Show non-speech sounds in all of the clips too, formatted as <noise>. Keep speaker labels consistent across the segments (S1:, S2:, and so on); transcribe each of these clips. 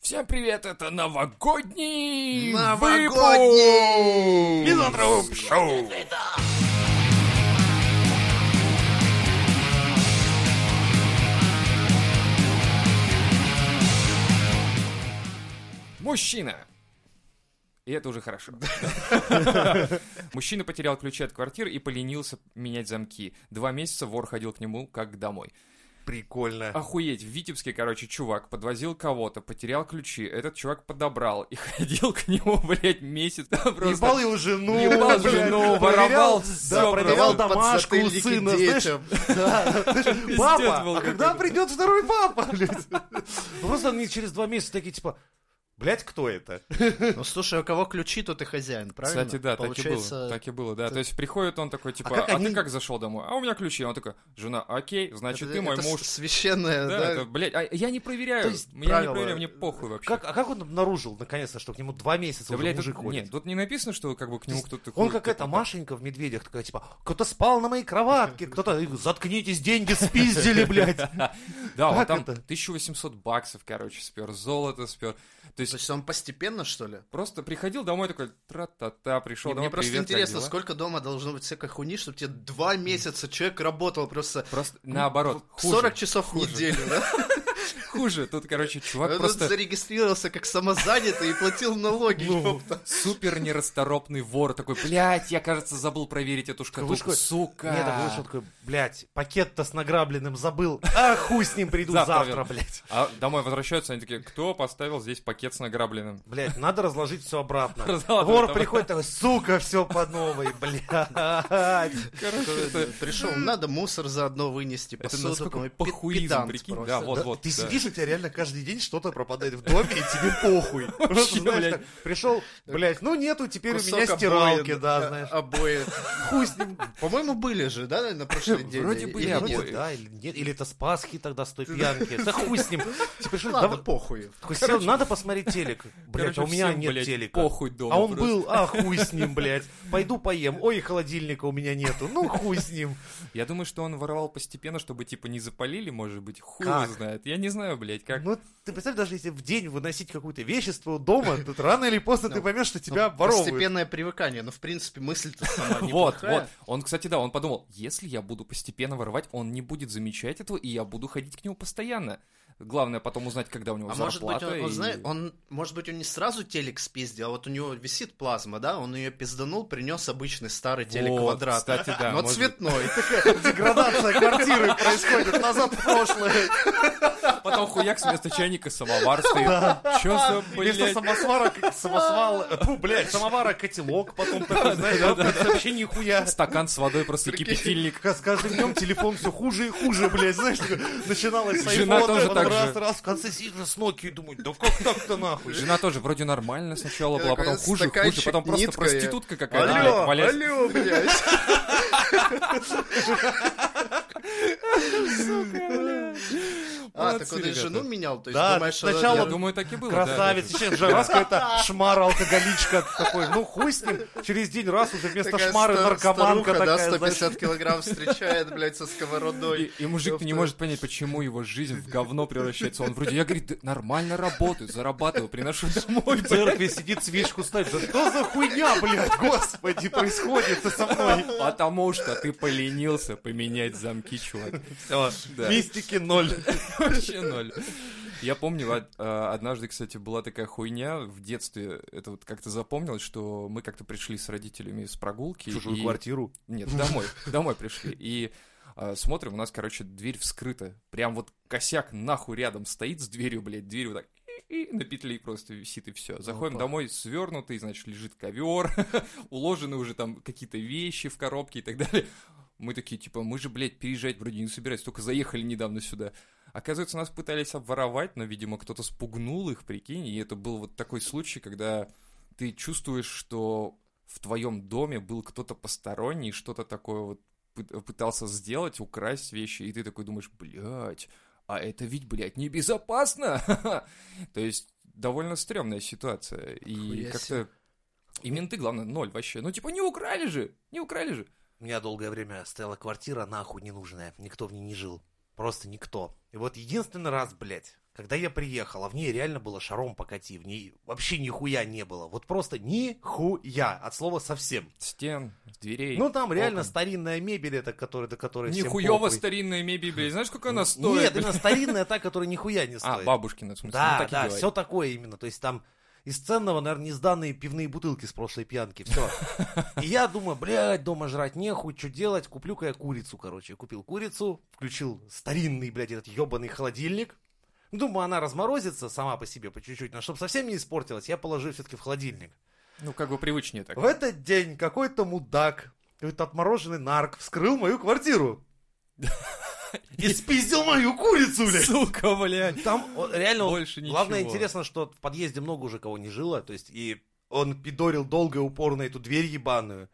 S1: Всем привет, это новогодний,
S2: Новогодний!
S1: выпуск Мизантроп Шоу. Мужчина. И это уже
S2: <laughs>
S1: хорошо. Мужчина потерял ключи от квартиры и поленился менять замки. Два месяца вор ходил к нему как домой.
S2: Прикольно.
S1: Охуеть, в Витебске, короче, чувак подвозил кого-то, потерял ключи, этот чувак подобрал и <laughs> ходил к нему, блядь, месяц. Да, просто.
S2: Ебал его жену.
S1: Ебал
S2: <laughs> блядь,
S1: жену,
S2: проверял-
S1: воровал всё,
S2: Да, проверял
S1: блядь.
S2: домашку у
S3: Подсатыльники
S2: сына, знаешь.
S3: детям.
S2: <laughs> Да, да, знаешь,
S1: Пиздец был
S2: Папа, а когда
S1: какой-то.
S2: придет второй папа? <laughs> блядь? Ну, Просто они через два месяца такие, типа, блядь, кто это?
S3: Ну слушай, у кого ключи, тот и хозяин, правильно?
S1: Кстати, да,
S3: Получается,
S1: так и было. Так и было, да. То есть приходит он такой, типа, а,
S2: как
S1: ты
S2: они-
S1: как зашел домой? А у меня ключи. Он такой, жена, окей, значит,
S3: это-
S1: ты мой
S3: это
S1: муж.
S3: с- Священное,
S1: Да,
S3: да?
S1: это, блядь, а я не проверяю.
S3: То есть
S1: я не
S3: правило-
S1: проверяю, мне похуй вообще.
S2: Как, а как он обнаружил, наконец-то, что к нему два месяца
S1: Да,
S2: уже
S1: блядь,
S2: мужик
S1: тут, нет,
S2: ходит?
S1: тут не написано, что как бы к нему кто-то...
S2: Он
S1: ходит,
S2: как
S1: типа,
S2: эта
S1: да.
S2: Машенька в «Медведях», такая, типа, кто-то спал на моей кроватке, кто-то, заткнитесь, деньги спиздили, блядь.
S1: Да, он
S2: Как
S1: там
S2: это?
S1: 1800 баксов, короче, спер, золото спер. То есть
S3: То есть он постепенно, что ли?
S1: Просто приходил домой такой, тра-та-та, пришел
S3: Мне,
S1: домой,
S3: мне просто
S1: «Привет, как
S3: интересно,
S1: дела?»
S3: сколько дома должно быть всякой хуйни, чтобы тебе два месяца человек работал просто <laughs>
S1: Просто наоборот, хуже,
S3: 40 часов в
S1: хуже.
S3: неделю, да?
S1: хуже. Тут, короче, чувак
S3: Он
S1: просто
S3: зарегистрировался как самозанятый и платил налоги.
S1: Ну,
S3: ёпта.
S1: супер нерасторопный вор. Такой, блядь, я, кажется, забыл проверить эту шкатулку,
S2: Шкатулку.
S1: сука.
S2: Нет, так вышел такой, блядь, пакет-то с награбленным забыл. А хуй с ним приду
S1: Завтра
S2: завтра,
S1: верну.
S2: блядь.
S1: А домой возвращаются, они такие, кто поставил здесь пакет с награбленным? <laughs>
S2: Блядь, надо разложить все обратно.
S1: Разложить
S2: Вор
S1: обратно.
S2: приходит такой, сука, все по новой, блядь.
S1: Короче, <laughs>
S2: Э,
S1: это...
S3: Пришел, надо мусор заодно вынести,
S1: Это
S3: посуду,
S1: насколько
S3: там, и пи-
S1: похуизм,
S3: педант
S1: прикинь,
S3: просто.
S1: да, вот.
S2: Да, ты
S1: да.
S2: сидишь, у тебя реально каждый день что-то пропадает в доме, и тебе
S1: <laughs>
S2: похуй. Просто,
S1: блядь.
S2: знаешь, так, пришел, блядь, ну нету, теперь у
S3: Кусок
S2: меня
S3: обои,
S2: стиралки,
S3: э,
S2: да, знаешь.
S1: А,
S3: Обои.
S2: Хуй с ним.
S3: По-моему, были же, да,
S1: <laughs>
S3: на прошлой неделе?
S1: Вроде были
S3: Или
S1: обои.
S3: нет?
S2: Вроде, Да, или нет, или это с Пасхи тогда с той пьянки. Да хуй
S1: <laughs>
S2: с ним. Ты пришел,
S3: Ладно,
S2: да,
S3: похуй.
S2: такой сел, надо посмотреть телек. Блядь,
S1: Короче,
S2: а у меня
S1: всем,
S2: нет
S1: блядь,
S2: телека.
S1: похуй дома.
S2: А он
S1: просто.
S2: был, а хуй
S1: <laughs>
S2: с ним, блядь. Пойду поем. Ой, холодильника у меня нету. Ну, хуй с ним.
S1: Я думаю, что он воровал постепенно, чтобы, типа, не запалили, может быть. Хуй
S2: Как?
S1: его знает. Я не знаю, блядь, как.
S2: Ну, ты представь, даже если в день выносить какое-то вещество дома, тут рано или поздно ты
S3: Ну,
S2: поймешь, что тебя
S3: Ну,
S2: воровывают.
S3: Постепенное привыкание, но в принципе мысль-то
S2: Ну,
S3: сама
S1: Вот,
S3: неплохая.
S1: вот. Он, кстати, да, он подумал, если я буду постепенно воровать, он не будет замечать этого, и я буду ходить к нему постоянно. Главное потом узнать, когда у него
S3: А может быть,
S1: Ну, зарплата.
S3: он, он,
S1: и-
S3: знает, он, может быть, он не сразу телек спиздил, а вот у него висит плазма, да, он ее пизданул, принес обычный старый телек
S1: Вот,
S3: квадрат.
S1: Кстати, да.
S3: но
S1: может
S3: цветной.
S1: <laughs>
S2: Деградация квартиры происходит назад в прошлое.
S1: быть. Потом хуяк вместо чайника самовар стоит. Чё за,
S2: Вместо
S1: блядь?
S2: самосвара,
S1: <laughs>
S2: к- самосвал, э, фу, блядь, самовара котелок, потом такой, знаешь, да, блядь, вообще нихуя.
S1: Стакан с водой, просто
S3: Прикинь.
S1: кипятильник.
S2: С каждым днем телефон все хуже и хуже, блядь, знаешь, такое, начиналось с
S1: Жена
S2: айфона,
S1: тоже
S2: потом
S1: так
S2: раз,
S1: же.
S2: раз, в конце сильно с Nokia, думаю, да как так-то нахуй?
S1: Жена тоже вроде нормально сначала
S3: Я
S1: была,
S3: такой,
S1: потом хуже, хуже,
S3: стаканчик,
S1: потом просто
S3: нитка, я-
S1: проститутка какая-то.
S3: Алло,
S1: <laughs> блядь, валяется.
S3: <laughs> алло, блядь. А, так
S1: Молодцы,
S3: он и
S1: ребята.
S3: жену менял, то есть
S2: Да,
S3: думаешь, что
S2: сначала
S1: Я
S3: я-
S1: думаю, так и было. да,
S2: Красавец,
S1: даже.
S2: сейчас же раз какая-то шмара, алкоголичка такой, ну хуй с ним, через день раз уже вместо
S3: такая
S2: шмары
S3: ста-
S2: наркоманка
S3: старуха, да,
S2: такая, знаешь,
S3: 150 килограмм встречает, блядь, со сковородой.
S1: И, и мужик-то не
S3: Ёпта.
S1: может понять, почему его жизнь в говно превращается. Он вроде, я, говорит, «Да нормально работаю, зарабатываю, приношу домой.
S2: в церкви сидит, свечку ставит, да что за хуйня, блядь, господи, происходит со мной?
S1: Потому что ты поленился поменять замки, чувак. Да.
S2: Мистики ноль.
S1: Вообще ноль. Я помню, од- э, однажды, кстати, была такая хуйня в детстве. Это вот как-то запомнилось, что мы как-то пришли с родителями с прогулки. и-
S2: квартиру.
S1: Нет, домой. Домой пришли. И э, смотрим, у нас, короче, дверь вскрыта. Прям вот косяк нахуй рядом стоит с дверью, блядь, дверь вот так и на петле просто висит и все. Заходим
S2: Опа.
S1: домой, свернутый, значит, лежит ковер, <laughs> уложены уже там какие-то вещи в коробке и так далее. Мы такие, типа, мы же, блядь, переезжать вроде не собирались, только заехали недавно сюда. Оказывается, нас пытались обворовать, но, видимо, кто-то спугнул их, прикинь, и это был вот такой случай, когда ты чувствуешь, что в твоем доме был кто-то посторонний, и что-то такое вот пы- пытался сделать, украсть вещи, и ты такой думаешь, блядь, а это ведь, блядь, небезопасно. <laughs> То есть довольно стрёмная ситуация. И
S3: Хуя
S1: как-то... И менты, главное, ноль вообще. Ну, типа, не украли же, не украли же.
S2: У меня долгое время стояла квартира нахуй ненужная, никто в ней не жил. Просто никто. И вот единственный раз, блядь, Когда я приехал, а в ней реально было шаром покати, в ней вообще нихуя не было. Вот просто нихуя, от слова совсем.
S1: Стен, дверей.
S2: Ну там реально
S1: окон.
S2: старинная мебель, это которая, до которой всем
S1: Нихуёво
S2: похуй.
S1: старинная мебель, блядь. Знаешь, сколько она стоит?
S2: Нет,
S1: блядь?
S2: именно старинная та, которая нихуя
S1: <laughs>
S2: не
S1: А,
S2: стоит.
S1: бабушкина, в смысле.
S2: Да,
S1: ну, так и
S2: да,
S1: говори.
S2: все такое именно. То есть там из ценного, наверное, не сданные пивные бутылки с прошлой пьянки. Все. И я думаю, блядь, дома жрать нехуй, что делать? Куплю-ка я курицу, короче. Я Купил курицу, включил старинный, блядь, этот ебаный холодильник. Думаю, она разморозится сама по себе по чуть-чуть, но чтобы совсем не испортилась, я положу все-таки в холодильник.
S1: Ну, как бы привычнее так.
S2: В этот день какой-то мудак, какой-то отмороженный нарк вскрыл мою <laughs> квартиру. И спиздил мою курицу, блядь.
S1: Сука, блядь.
S2: Там о, реально он-
S1: Больше ничего.
S2: Главное, интересно, что в подъезде много уже кого не жило, то есть и он пидорил долго и упорно эту дверь ебаную.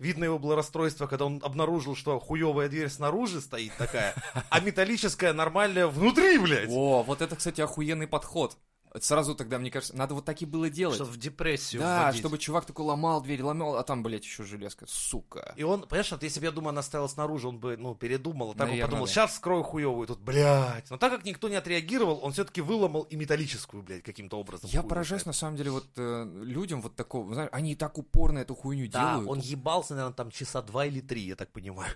S2: Видно его было расстройство, когда он обнаружил, что хуевая дверь снаружи стоит такая, а металлическая нормальная внутри, блядь.
S1: О, вот это, кстати, охуенный подход. Сразу тогда, мне кажется, надо вот так и было делать.
S3: Чтобы в депрессию
S1: да,
S3: вводить.
S1: чтобы чувак такой ломал дверь, ломал, а там, блядь, еще железка. Сука.
S2: И он, понимаешь, вот если бы, я думаю, она стояла снаружи, он бы, ну, передумал. А так
S1: Наверное,
S2: он подумал,
S1: да.
S2: сейчас вскрою хуевую, тут, блядь. Но так как никто не отреагировал, он все-таки выломал и металлическую, блядь, каким-то образом.
S1: Я
S2: Хуй его
S1: поражаюсь,
S2: знает.
S1: на самом деле, вот э, людям вот такого, знаешь, они и так упорно эту хуйню
S2: Да,
S1: делают.
S2: он <laughs> ебался, наверное, там часа два или три, я так понимаю.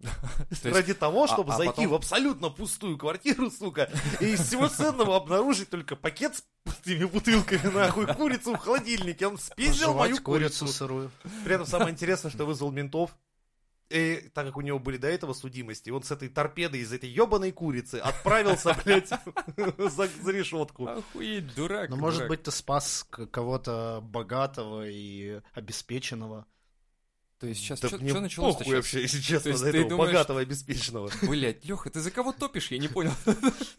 S1: То есть-
S2: Ради того, чтобы
S1: а- а
S2: зайти
S1: потом-
S2: в абсолютно пустую квартиру, сука, и из всего ценного обнаружить только пакет с пустыми бутылками, нахуй, курицу в холодильнике. Он спиздил
S3: Пожевать
S2: мою курицу.
S3: сырую.
S2: При этом самое интересное, что вызвал ментов. И так как у него были до этого судимости, он с этой торпедой из этой ебаной курицы отправился, <laughs> блядь, за, за
S1: А,
S2: решетку.
S1: Охуеть, дурак.
S2: Ну,
S4: Но, может
S1: дурак.
S4: быть, ты спас к- кого-то богатого и обеспеченного.
S1: То есть сейчас
S2: Да
S1: что
S2: мне
S1: началось-то сейчас?
S2: похуй вообще, если
S1: То
S2: честно,
S1: есть
S2: за
S1: ты
S2: этого
S1: думаешь-
S2: богатого и обеспеченного.
S1: Блять, Леха, ты за кого топишь? Я не понял.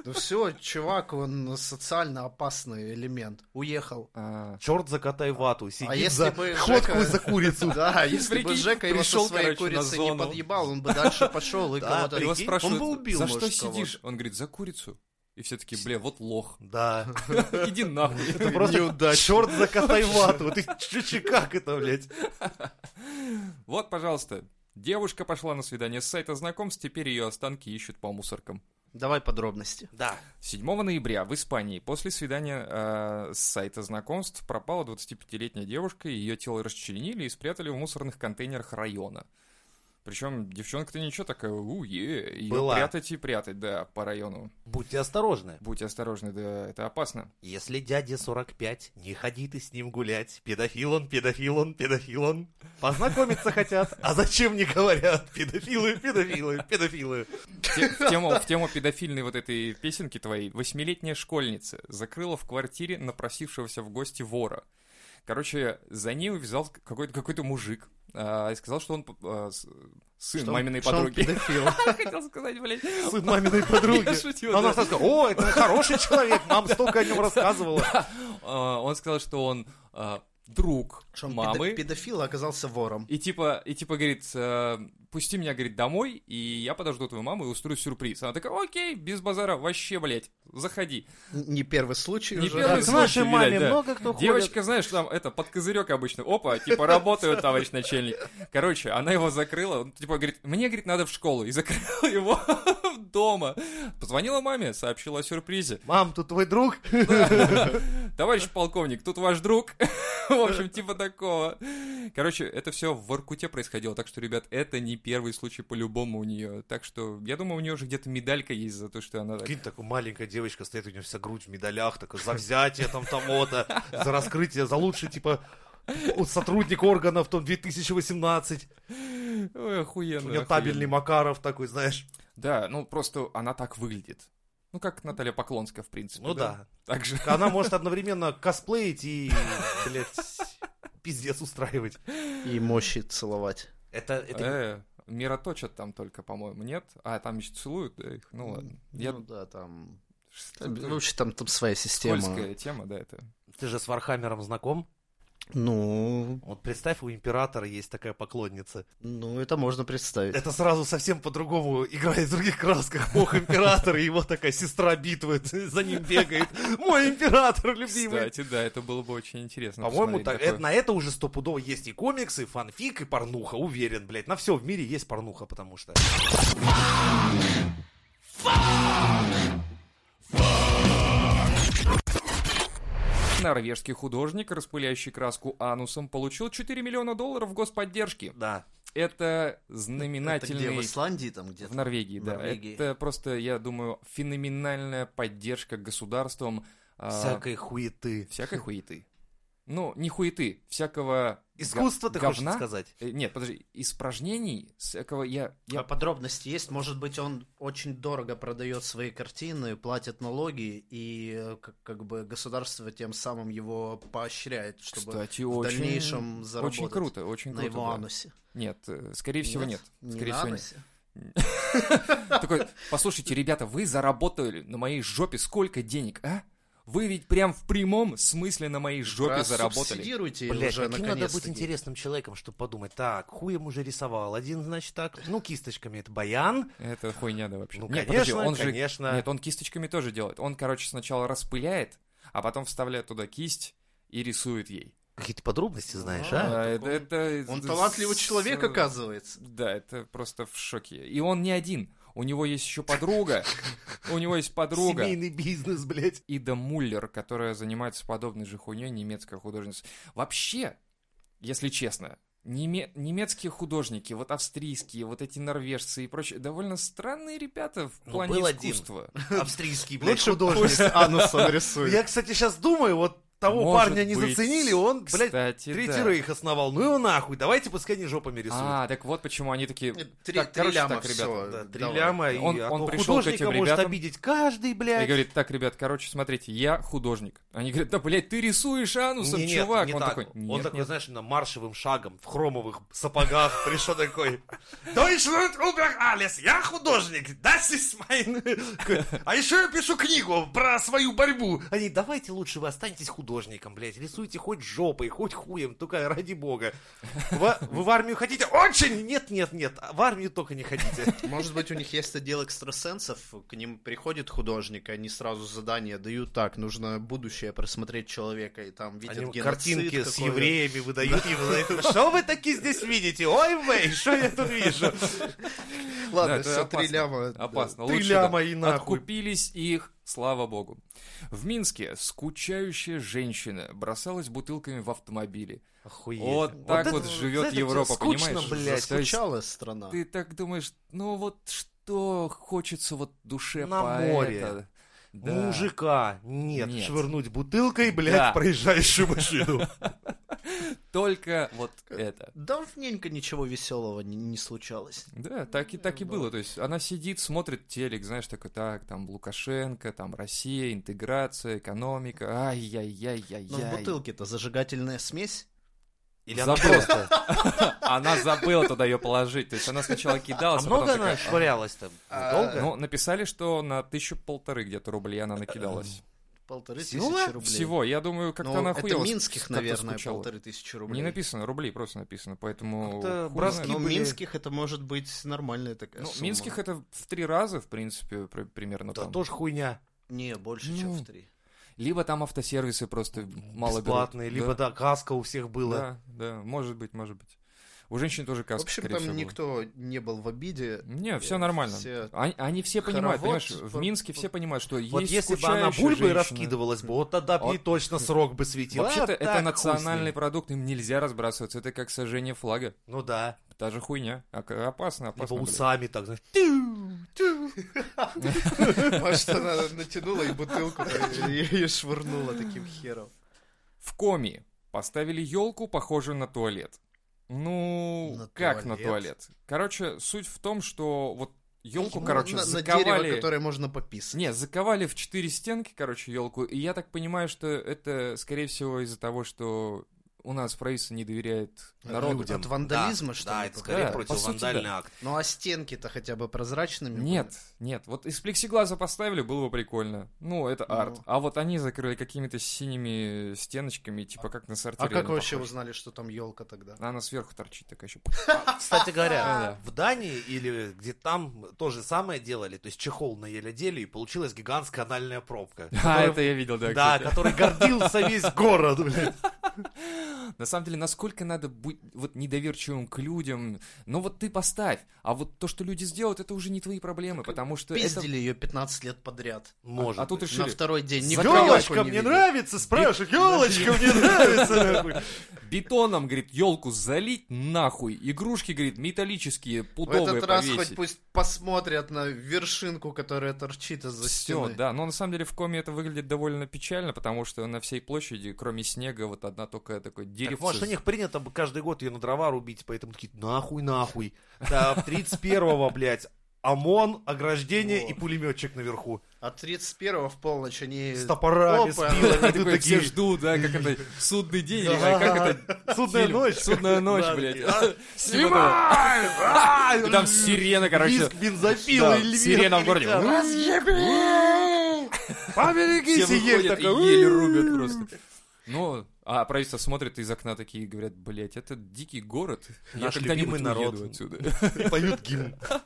S4: Да все, Ну чувак, он социально опасный элемент. Уехал. А
S1: А,
S2: Черт закатай вату, сидит
S4: если
S2: за
S4: бы
S2: ходку
S4: Жека-
S2: и за курицу.
S4: <laughs> Да, если бы
S1: Прикинь,
S4: Жека его со
S1: пришёл,
S4: своей
S1: короче, на
S4: курицей не
S1: зону.
S4: подъебал, он бы дальше пошел <laughs> и
S2: Да,
S4: кого-то...
S1: Его
S2: Прикинь,
S1: спрашивают,
S4: он бы убил,
S1: за что
S4: может, кого-то».
S1: сидишь? Он говорит, за курицу. И все таки бля, вот
S2: <laughs>
S1: лох. <laughs>
S2: Да.
S1: Иди нахуй.
S2: Это просто черт за Катайвату. Ты чё- чё- как это, блядь?
S1: Вот, пожалуйста. Девушка пошла на свидание с сайта знакомств, теперь ее останки ищут по мусоркам.
S3: Давай подробности.
S2: Да.
S1: 7 ноября в Испании после свидания э, с сайта знакомств пропала 25-летняя девушка, и ее тело расчленили и спрятали в мусорных контейнерах района. Причем девчонка-то ничего такая, у, е, ее
S2: Была.
S1: прятать и прятать, да, по району.
S2: Будьте осторожны.
S1: Будьте осторожны, да, это опасно.
S2: Если дяде 45, не ходи ты с ним гулять. Педофил он, педофил он, педофил он. Познакомиться хотят. А зачем не говорят? Педофилы, педофилы, педофилы.
S3: <laughs>
S1: Те- В тему, в тему педофильной вот этой песенки твоей. Восьмилетняя школьница закрыла в квартире напросившегося в гости вора. Короче, за ней увязался какой-то какой мужик а, и сказал, что он а, с- сын
S3: Что он-
S1: маминой
S3: что он
S1: подруги. <laughs>
S3: педофил.
S1: хотел сказать, блядь.
S2: Сын маминой подруги.
S1: Я шутил,
S2: Она
S1: да.
S2: сразу сказала, о, это хороший человек, мам столько о нем рассказывала.
S1: А, Он сказал, что он а, друг
S3: Что он
S1: мамы.
S3: педо- Педофил а оказался вором.
S1: И типа, и типа говорит, э, пусти меня, говорит, домой, и я подожду твою маму и устрою сюрприз. Она такая, окей, без базара, вообще, блядь, заходи.
S3: Н- Не первый случай
S1: Не
S3: уже.
S1: первый
S2: Так, К нашей
S1: Слушай,
S2: маме
S1: видать, да.
S2: много кто ходит.
S1: Девочка, знаешь, там это, под козырек обычно, опа, типа, работаю, товарищ начальник. Короче, она его закрыла, он, типа, говорит, мне, говорит, надо в школу, и закрыла его <laughs> дома. Позвонила маме, сообщила о сюрпризе.
S2: Мам, тут твой друг. Э.
S1: Товарищ полковник, тут ваш друг. <laughs> В общем, типа такого. Короче, это все в Воркуте происходило, так что, ребят, это не первый случай по-любому у нее. Так что, я думаю, у нее уже где-то медалька есть за то, что она так...
S2: Прикинь, такая маленькая девочка стоит, у нее вся грудь в медалях, такая, за взятие там того-то, за раскрытие, за лучший, типа, у- сотрудник органов, там, 2018.
S1: Ой,
S2: У
S1: охуенно.
S2: нее
S1: охуенно.
S2: табельный Макаров такой, знаешь.
S1: Да, ну просто она так выглядит. Ну, как Наталья Поклонская, в принципе.
S2: Ну да.
S1: Так же.
S2: Она может одновременно косплеить и, блядь, пиздец устраивать.
S3: И мощи целовать.
S2: Это, это...
S1: Э, Мироточат там только, по-моему, нет? А, там еще целуют, да, их? Ну ладно. Я...
S3: Ну да, там...
S1: Что
S3: там,
S4: ну,
S1: за
S3: Вообще там, там своя система.
S1: Скользкая тема, да, это.
S2: Ты же с Вархаммером знаком?
S3: Ну,
S2: Вот представь, у Императора есть такая поклонница.
S3: ну, это можно
S1: Э.
S3: представить.
S2: Это сразу совсем по-другому играет в других красках. Бог император, и его такая сестра битвы <laughs> за ним бегает. Мой император любимый.
S1: Кстати, ну, да, это было бы очень интересно.
S2: По-моему,
S1: посмотреть
S2: так-
S1: такое.
S2: это- на это уже стопудово есть и комиксы, и фанфик, и порнуха, уверен, блядь. На все в мире есть порнуха, потому что...
S1: Норвежский художник, распыляющий краску анусом, получил 4 миллиона долларов господдержки.
S2: Да.
S1: Это
S4: Это где, в
S1: знаменательный...
S4: Исландии там где-то?
S1: В Норвегии,
S2: В
S1: да.
S2: Норвегии.
S1: Это просто, я думаю, феноменальная поддержка государством а,
S2: Всякой хуеты.
S4: <laughs>
S1: всякой хуеты. Ну, не хуеты, всякого... га-
S2: Искусство, ты хочешь
S1: говна.
S2: сказать?
S1: Э, Нет, подожди, испражнений, всякого я... я...
S4: А подробности есть? Может быть, он очень дорого продает свои картины, платит налоги, и э, как, как бы государство тем самым его поощряет, чтобы
S1: Кстати,
S4: в
S1: очень...
S4: дальнейшем заработать
S1: Очень круто, очень
S4: на
S1: круто.
S4: его
S1: да.
S4: анусе.
S1: Нет, э, скорее всего, нет.
S4: Не
S1: Скорее
S4: на
S1: всего, нет.
S4: анусе?
S1: Такой, послушайте, ребята, вы заработали на моей жопе сколько денег, а? Вы ведь прям в прямом смысле на моей жопе
S4: Раз
S1: заработали.
S4: субсидируйте его
S2: Блять,
S4: уже
S2: каким надо быть
S4: наконец-таки.
S2: интересным человеком, чтобы подумать, так, хуем уже рисовал, один, значит, так, ну, кисточками, это баян,
S1: Это хуйня, да, вообще.
S2: ну,
S1: Нет, подожди,
S2: конечно,
S1: он же...
S2: конечно,
S1: Нет, он кисточками тоже делает. Он, короче, сначала распыляет, а потом вставляет туда кисть и рисует ей.
S2: какие-то подробности знаешь,
S4: А,
S2: а?
S1: А,
S4: так
S1: это- это-
S4: Он
S1: с-
S4: талантливый человек,
S1: с- э,
S4: оказывается.
S1: Да, это просто в шоке. И он не один. У него есть еще
S4: <laughs>
S1: подруга. У него есть подруга.
S2: Семейный
S1: <laughs>
S2: бизнес, блядь.
S1: Ида Муллер, которая занимается подобной же хуйней, немецкая художница. Вообще, если честно, неме- немецкие художники, вот австрийские, вот эти норвежцы и прочие, довольно странные ребята в
S2: Ну,
S1: плане
S2: был один.
S1: искусства.
S2: Австрийский, блядь.
S4: Лучше
S1: <laughs>
S4: художник с
S2: <laughs>
S4: анусом рисует.
S2: Я, кстати, сейчас думаю, вот того
S1: Может
S2: парня не
S1: быть.
S2: заценили, он, <laughs> блядь,
S1: Кстати,
S2: Третий
S1: да.
S2: рейх основал. Ну его нахуй, давайте пускай они жопами рисуют.
S1: А, так вот почему они такие...
S4: <laughs> Три,
S1: так,
S4: три
S1: короче,
S4: ляма
S1: так, ребята.
S4: всё,
S2: Да, три
S4: давай.
S2: ляма, и
S1: Он-
S2: а
S1: он
S2: то
S1: пришел к
S2: художника
S1: этим
S2: может
S1: ребятам
S2: обидеть каждый,
S1: И
S2: блядь.
S1: говорит, так, ребят, короче, смотрите, я художник. Они говорят, да, блядь, ты рисуешь анусом,
S2: Не, нет,
S1: Ну, чувак.
S2: не
S1: он
S2: так.
S1: такой,
S2: он
S1: «Нет,
S2: такой,
S1: нет».
S2: знаешь, на маршевым шагом, в хромовых сапогах <laughs> пришел такой. Deutschland über alles, я художник, das ist mein... А еще я пишу книгу про свою борьбу. Они, давайте лучше вы останетесь художником, блядь, рисуйте хоть жопой, хоть хуем, только ради бога. Ва- Вы в армию хотите? Очень! Нет, нет, нет, в армию только не
S4: <laughs>
S2: ходите.
S4: Может быть, у них есть отдел экстрасенсов, к ним приходит художник, они сразу задание дают, так, нужно будущее просмотреть человека, и там видят
S2: Они
S4: геноцид
S2: картинки с
S4: какой-то.
S2: евреями выдают ему. знаете, Что вы такие здесь видите? Ой, вы, что я тут вижу?
S1: Да,
S4: Ладно,
S1: это
S4: все, три
S1: опасно.
S4: ляма. да.
S1: Опасно.
S2: Ты
S1: Лучше,
S2: ляма
S1: да.
S2: и нахуй.
S1: Откупились их, слава богу. В Минске скучающая женщина бросалась бутылками в автомобиле.
S2: Охуеть.
S1: Вот так вот живет Европа,
S2: понимаешь?
S1: понимаешь?
S2: блядь.
S1: То есть
S4: Скучала страна.
S1: Ты так думаешь, ну вот что хочется вот душе
S2: На
S1: поэта?
S2: море.
S1: Да.
S2: Мужика нет,
S1: Нет.
S2: швырнуть бутылкой,
S1: Да.
S2: блядь,
S1: <laughs>
S2: проезжающую машину.
S1: Только вот это.
S4: Давненько ничего веселого не, не случалось.
S1: Да, так и, так и было. То есть она сидит, смотрит телек, знаешь, такой, так, там Лукашенко, там Россия, интеграция, экономика,
S4: Но
S1: ай-яй-яй-яй-яй.
S4: Ну, в бутылке-то зажигательная смесь.
S2: Или она
S1: Забыла.
S2: просто.
S1: А, Она забыла туда ее положить. То есть она сначала
S2: А
S1: кидалась, а
S2: много
S1: потом
S2: она
S1: такая... «А».
S2: швырялась там?
S4: А,
S2: Долго?
S1: Ну, написали, что на тысячу полторы где-то рублей она накидалась.
S4: Полторы
S2: Всего?
S4: тысячи рублей.
S1: Всего, я думаю, как-то
S4: Ну,
S1: она
S4: это
S1: хуела.
S4: минских,
S1: как-то
S4: наверное,
S1: скучала.
S4: полторы тысячи
S1: Не
S4: рублей.
S1: написано, рублей просто написано, поэтому...
S2: Как-то
S1: хуй
S2: броски
S1: знает.
S4: Но
S2: были.
S4: минских это может быть нормальная такая
S1: Ну,
S4: сумма.
S1: минских это в три раза, в принципе, при- примерно
S2: Да
S1: ну, там.
S2: тоже хуйня.
S4: Не, больше,
S1: Ну,
S4: чем в три.
S1: Либо там автосервисы просто мало берут.
S2: Бесплатные, либо да, каска у всех была.
S1: Да, да, может быть, может быть. У женщин тоже
S4: В
S1: каска,
S4: общем,
S1: скорее
S4: там
S1: всего, была.
S4: никто не был
S1: <laughs>
S4: в обиде.
S1: Не, все нормально.
S4: Все-
S1: Они, они все понимают,
S4: Хоровод,
S1: понимаешь, в
S4: пр-
S1: Минске все понимают, что
S2: Вот
S1: есть
S2: если бы она
S1: скучающая
S2: бульбой
S1: женщина.
S2: раскидывалась бы, вот тогда бы ей
S1: Вот.
S2: точно срок бы светил. А
S1: Вообще-то это
S2: так
S1: национальный
S2: хуй с ним.
S1: продукт, им нельзя разбрасываться. Это как сожжение флага.
S2: Ну да.
S1: Та же хуйня. Ока- Опасно,
S2: Либо
S1: опасно. блин.
S2: усами так, знаешь.
S4: Может, она натянула и бутылку и и швырнула таким хером.
S1: В коме поставили елку, похожую на туалет. Ну,
S4: На
S1: как на
S4: туалет?
S1: туалет? Короче, суть в том, что вот елку,
S4: Ну,
S1: короче,
S4: на, на
S1: заковали...
S4: дерево, которое можно пописать.
S1: Не, заковали в четыре стенки, короче, елку. И я так понимаю, что это, скорее всего, из-за того, что у нас правительство не доверяет
S4: А,
S1: народу.
S4: От вандализма,
S2: Да,
S4: что
S2: Да,
S4: ли,
S2: это
S4: по-
S1: Да,
S2: скорее
S1: по сути,
S2: противовандальный
S1: да.
S2: акт.
S4: Ну а стенки-то хотя бы прозрачными были?
S1: Нет, нет. Вот из плексиглаза поставили, было бы прикольно. Ну, это
S4: Ну.
S1: арт. А вот они закрыли какими-то синими стеночками, типа как на сортире.
S4: А как
S1: они
S4: вообще
S1: похожи.
S4: узнали, что там елка тогда?
S1: Она сверху торчит такая
S4: <laughs>
S1: еще.
S2: Кстати говоря,
S1: <laughs> Да.
S2: в Дании или где там то же самое делали, то есть чехол надели, и получилась гигантская анальная пробка.
S1: А,
S2: которой-
S1: это я видел, да. <laughs>
S2: Да,
S1: кстати.
S2: который гордился весь город, блядь.
S1: На самом деле, насколько надо быть вот недоверчивым к людям. Но вот ты поставь. А вот то, что люди сделают, это уже не твои проблемы, потому что это...
S3: Пиздили ее 15 лет подряд.
S2: Может.
S1: а тут
S2: быть.
S1: решили,
S3: На второй день. Никто
S2: Ёлочка
S3: такой
S2: мне
S3: не видел.
S2: нравится, спрашивают, ёлочка мне нравится. нахуй.
S1: бетоном, говорит, елку залить нахуй. Игрушки, говорит, металлические,
S4: В
S1: пудовые
S4: этот раз
S1: повесить.
S4: хоть пусть посмотрят на вершинку, которая торчит из-за
S1: Все,
S4: стены.
S1: да. Но на самом деле в коме это выглядит довольно печально, потому что на всей площади, кроме снега, вот одна только такое
S2: Так,
S1: деревце.
S2: может,
S1: <laughs>
S2: у них принято бы каждый год ее на дрова рубить, поэтому такие, нахуй, нахуй. Да, в 31-го, блядь, ОМОН, ограждение
S4: Вот.
S2: и пулеметчик наверху.
S4: А 31 в полночь они...
S2: С топорами,
S1: <laughs>
S2: с
S4: Опа.
S2: пилами, ты
S1: Такое все
S2: такие,
S1: ждут, да, как это судный день, или
S2: Да. <laughs>
S1: как это
S2: судная
S1: фильм.
S2: ночь.
S1: Судная ночь,
S2: Да,
S1: блядь.
S2: такие, а,
S1: Снимай! А, <laughs> и Там сирена, короче.
S2: Визг бензопилы
S1: Да,
S2: и львиная
S1: сирена в городе. М-м-м.
S2: пелена.
S1: Все
S2: Поберегись, и ель
S1: выходят и
S2: такая.
S1: еле рубят просто. Ну, а правительство смотрит из окна такие и говорят, блядь, это дикий город. Я
S2: Наш
S1: когда-нибудь
S2: любимый народ».
S1: уеду отсюда.
S2: И поют гимн.
S1: Типа,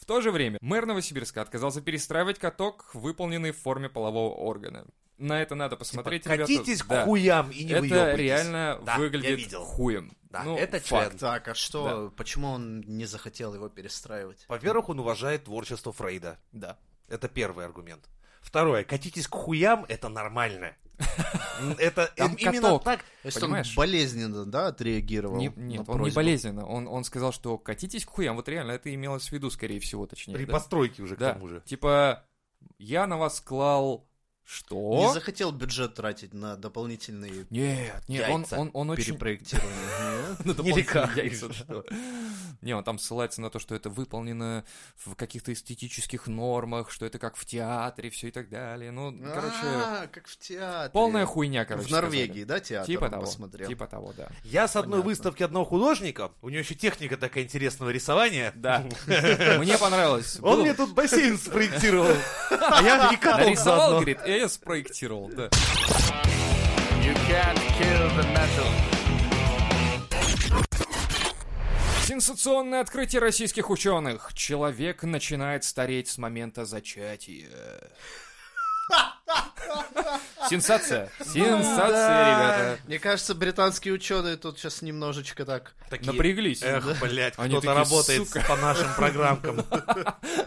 S1: В то же время мэр Новосибирска отказался перестраивать каток, выполненный в форме полового органа. На это надо посмотреть, ребята.
S2: Типа, Катитесь
S1: Да.
S2: к хуям и не
S1: Это
S2: выебывайтесь.
S1: реально
S2: Да, я
S1: выглядит
S2: видел.
S1: хуем.
S2: Да,
S1: Ну,
S2: это
S1: факт.
S2: член.
S3: Так, а что, почему он не захотел его перестраивать?
S2: Во-первых, он уважает творчество Фрейда.
S1: Да.
S2: Это первый аргумент. Второе, катитесь к хуям, это нормально. М, Это
S1: <laughs> Там
S2: им- именно
S1: каток.
S2: так.
S3: То есть
S1: Понимаешь?
S3: он болезненно, да, отреагировал?
S1: Не-
S3: на
S1: нет, он не
S3: просьбу?
S1: болезненно. Он, он сказал, что катитесь к хуям. Вот реально это имелось в виду, скорее всего, точнее.
S2: При
S1: да.
S2: постройке уже, к
S1: Да.
S2: тому же.
S1: Типа, я на вас клал что?
S3: Не захотел бюджет тратить на дополнительные
S1: Нет, нет, он,
S3: Яйца.
S1: он, он очень... <laughs>
S3: перепроектирования. <laughs>
S1: на
S2: Не
S1: дополнительные
S2: река,
S1: яйца,
S2: конечно.
S1: да. Не, он там ссылается на то, что это выполнено в каких-то эстетических нормах, что это как в театре, все и так далее. Ну, короче,
S3: А, как в театре.
S1: полная хуйня, короче.
S3: В Норвегии, да,
S1: сказали.
S3: театр
S1: Типа
S3: он
S1: того,
S3: посмотрел?
S1: типа того, да.
S2: Я с одной
S3: Понятно.
S2: выставки одного художника, у него еще техника такая интересного рисования.
S1: Да. <laughs> Мне понравилось.
S2: Он
S1: Было-
S2: мне тут
S1: <laughs>
S2: бассейн спроектировал, а <laughs> я и каток
S1: нарисовал,
S2: заодно.
S1: говорит, и я спроектировал, да. Сенсационное открытие российских ученых. Человек начинает стареть с момента зачатия. Сенсация. Сенсация, ребята.
S4: Мне кажется, британские ученые тут сейчас немножечко так...
S2: Такие,
S1: Напряглись.
S2: Эх, блядь,
S1: Они
S2: кто-то
S1: такие,
S2: работает
S1: «Сука».
S2: по нашим
S1: <laughs>
S2: программкам.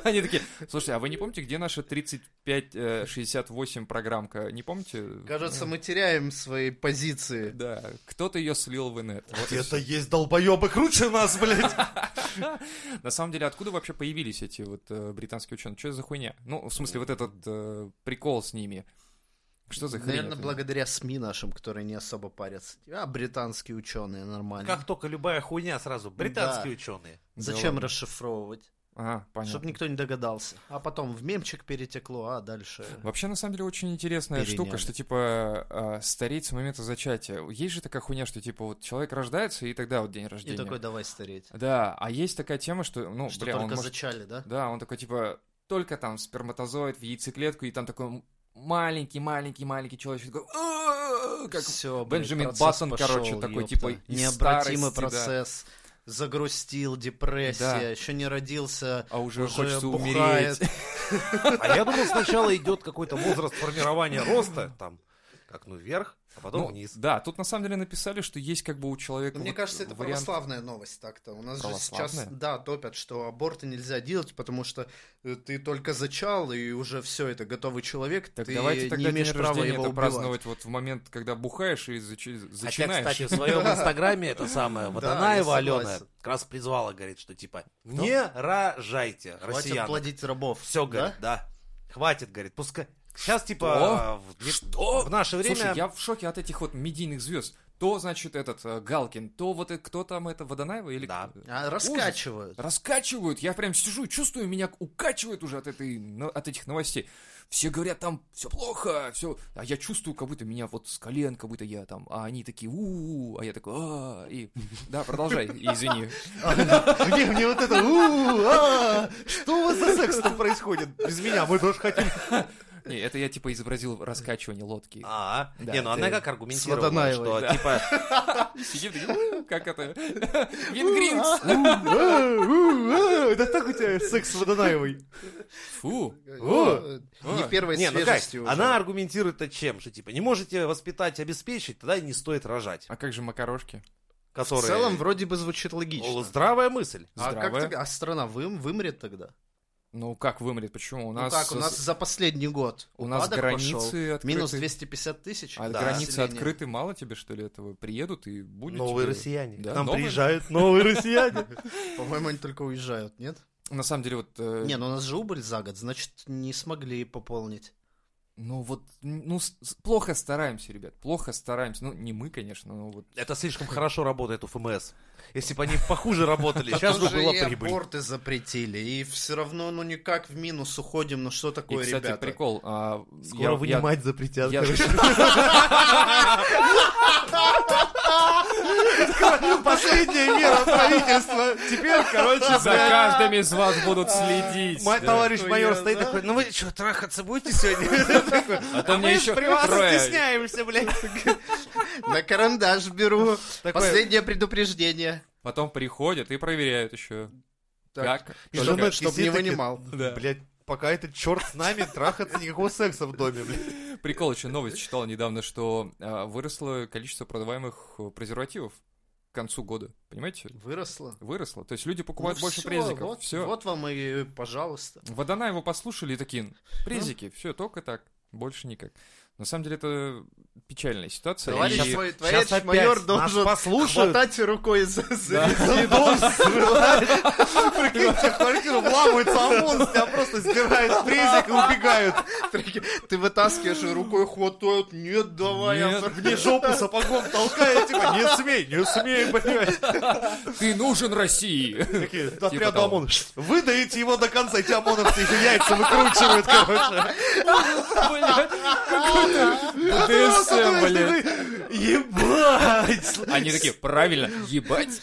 S1: Они такие, слушай, а вы не помните, где наша 35-68 программка? Не помните?
S4: Кажется, мы теряем свои позиции.
S1: Да, кто-то ее слил в инет. Вот и
S2: Где-то есть долбоебы круче нас, блядь.
S1: На самом деле, откуда вообще появились эти вот э, британские ученые? Что за хуйня? Ну, в смысле, вот этот э, прикол с ними. Что за хрень?
S3: Наверное,
S1: это?
S3: благодаря СМИ нашим, которые не особо парятся. А, британские ученые, нормально.
S2: Как только любая хуйня, сразу британские ученые.
S3: Зачем
S1: Да ладно.
S3: расшифровывать?
S1: Ага,
S3: Чтобы
S1: понятно.
S3: никто не догадался. А потом в мемчик перетекло, а дальше...
S1: Вообще, на самом деле, очень интересная
S3: Переняли.
S1: штука, что, типа, э, стареть с момента зачатия. Есть же такая хуйня, что, типа, вот человек рождается, и тогда вот день
S3: И
S1: рождения.
S3: такой, давай стареть.
S1: Да, а есть такая тема, что, ну,
S3: Что
S1: бля, он
S3: только
S1: может
S3: зачали, да?
S1: Да, он такой, типа, только там сперматозоид в яйцеклетку, и там такой м- маленький-маленький-маленький человечек такой, «А-а-а», Ну, как
S3: Все,
S1: Бенджамин Баттон, короче, такой, типа, из
S3: Необратимый
S1: старости, да.
S3: процесс. Загрустил, депрессия,
S1: Да.
S3: еще не родился,
S1: а уже,
S3: уже
S1: хочется
S3: бухает.
S1: умереть.
S2: А я думал, сначала идет какой-то возраст формирования роста, там, как ну вверх, а потом
S1: Ну,
S2: вниз.
S1: Да, тут на самом деле написали, что есть как бы у человека
S4: Ну, Мне
S1: вот
S4: кажется, это
S1: вариант-
S4: православная новость так-то. У нас же сейчас,
S1: Православная?
S4: да, топят, что аборты нельзя делать, потому что э, ты только зачал, и уже все, это готовый человек,
S1: Так
S4: ты
S1: давайте
S4: не
S1: тогда день
S4: имеешь права
S1: рождения
S4: его
S1: это
S4: убивать. А,
S1: праздновать вот в момент, когда бухаешь и зачи-
S2: Хотя,
S1: зачинаешь.
S2: кстати, в своем инстаграме это самое, Водонаева
S4: я
S2: Алена
S4: согласен.
S2: как раз призвала, говорит, что типа, не рожайте
S3: Хватит
S2: россиян.
S3: плодить рабов.
S2: Все,
S3: да?
S2: говорит, да. Хватит, говорит, пускай. Сейчас,
S1: Что?
S2: типа, в две-
S1: Что?
S2: в наше
S1: Слушай,
S2: <laughs> время...
S1: я в шоке от этих вот медийных звезд. То, значит, этот э, Галкин, то вот э- кто там, это Водонаева или...
S2: Да.
S1: кто?
S3: А, раскачивают. <laughs>
S1: Раскачивают, я прям сижу, чувствую, меня укачивает уже от, этой, но- от этих новостей. Все говорят, там все плохо, все. А я чувствую, как будто меня вот с колен, как будто я там, а они такие, у а я такой, а и... Да,
S4: <laughs>
S1: продолжай, извини.
S2: Мне, мне вот это... «У, а, Что у вас за секс там происходит? Без меня, мы тоже хотим.
S1: Не, это я типа изобразил раскачивание лодки.
S2: А,
S1: Да,
S2: не, ну она
S1: ты
S2: как аргументировала,
S3: Водонаевой,
S2: что
S1: да.
S2: типа <laughs>
S1: Сидит, такие, «У, как это? <laughs>
S4: <laughs> а.
S1: Вингринс!
S4: Э,
S2: Да так у тебя секс с Водонаевой.
S1: Фу!
S2: О!
S1: О!
S4: Э, Не первой
S2: Не, ну как,
S4: свежести уже.
S2: она аргументирует-то чем? Что типа не можете воспитать, обеспечить, тогда и не стоит рожать.
S1: А как же макарошки?
S2: Которые...
S4: В целом вроде бы звучит логично.
S2: О, Здравая мысль.
S4: а, как
S1: Здравая.
S4: тогда- а страна вым- вымрет тогда?
S1: Ну как вымрет? Почему? У
S4: Ну
S1: нас...
S4: как, у нас за последний год
S1: у нас
S4: упадок
S1: границы
S4: пошел.
S1: открыты.
S4: Минус 250 тысяч.
S1: А
S2: Да.
S1: границы
S4: населения.
S1: открыты, мало тебе, что ли, этого? Приедут и будет
S2: Новые
S1: тебе-
S2: россияне.
S1: Да,
S2: К нам
S1: новые.
S2: приезжают новые россияне.
S4: По-моему, они только уезжают, нет?
S1: На самом деле, вот... э,
S3: Не, ну у нас же убыль за год, значит, не смогли пополнить.
S1: Ну вот, ну, с- с- плохо стараемся, ребят, плохо стараемся. Ну, не мы, конечно, но вот...
S2: <laughs> Это слишком хорошо работает у ФМС. Если бы они похуже работали, сейчас бы
S4: Тоже
S2: была
S4: и
S2: прибыль.
S4: аборты запретили, и все равно, ну никак в минус уходим, ну что
S1: И,
S4: такое,
S1: кстати,
S4: ребята?
S1: прикол. а,
S2: Скоро вынимать запретят.
S1: я-
S2: короче. <laughs> Последняя мера правительства. Теперь, <laughs>
S1: <laughs>
S2: короче,
S1: За каждым из вас будут следить.
S2: Мой
S1: Да.
S2: товарищ
S4: Ну,
S2: майор
S4: я
S2: стоит
S4: знаю.
S2: такой, ну вы что, трахаться будете сегодня? <laughs>
S1: А то мне
S2: Мы ж
S1: еще
S2: при вас
S1: трое.
S2: стесняемся, блядь.
S4: На карандаш беру.
S2: Такой,
S4: Последнее предупреждение.
S1: Потом приходят и проверяют еще.
S4: Так,
S1: Как?
S2: И
S1: Только-
S2: жена-
S4: Чтобы чтоб не
S2: Сидите.
S4: вынимал.
S1: Да.
S2: Блядь, пока этот черт с нами, трахаться никакого секса в доме, блядь.
S1: Прикол, еще новость читал недавно, что а, выросло количество продаваемых э, презервативов к концу года. Понимаете?
S4: Выросло.
S1: Выросло. То есть люди покупают
S4: Ну
S1: больше
S4: всё,
S1: презиков.
S4: Вот,
S1: все.
S4: вот вам и э, пожалуйста.
S1: Водана его послушали и такие,
S4: Ну.
S1: презики, все, только так, больше никак. На самом деле это печальная ситуация.
S4: Товарищ
S1: и-
S4: мой,
S2: Сейчас
S4: товарищ
S2: опять
S4: майор
S2: нас
S4: должен
S2: послушают.
S4: хватать рукой за... за-
S1: <laughs>
S2: Дом срывает. Прикиньте, в квартиру вламывается ОМОН, тебя просто сдирают презик и убегают.
S4: Ты вытаскиваешь, и рукой хватают. Нет, давай. я
S1: Нет.
S4: за-
S2: Мне жопу сапогом толкает, типа, не смей, не смей, понимаешь?
S1: Ты нужен
S4: <laughs>
S1: России!
S2: Такие, отряд
S1: того.
S2: ОМОН. Выдаете его до конца, эти ОМОНовцы еще яйца выкручивают, короче.
S1: Блядь,
S4: <laughs>
S1: какой-то БДСМ, блядь.
S2: Ебать!
S1: Они такие, правильно, ебать.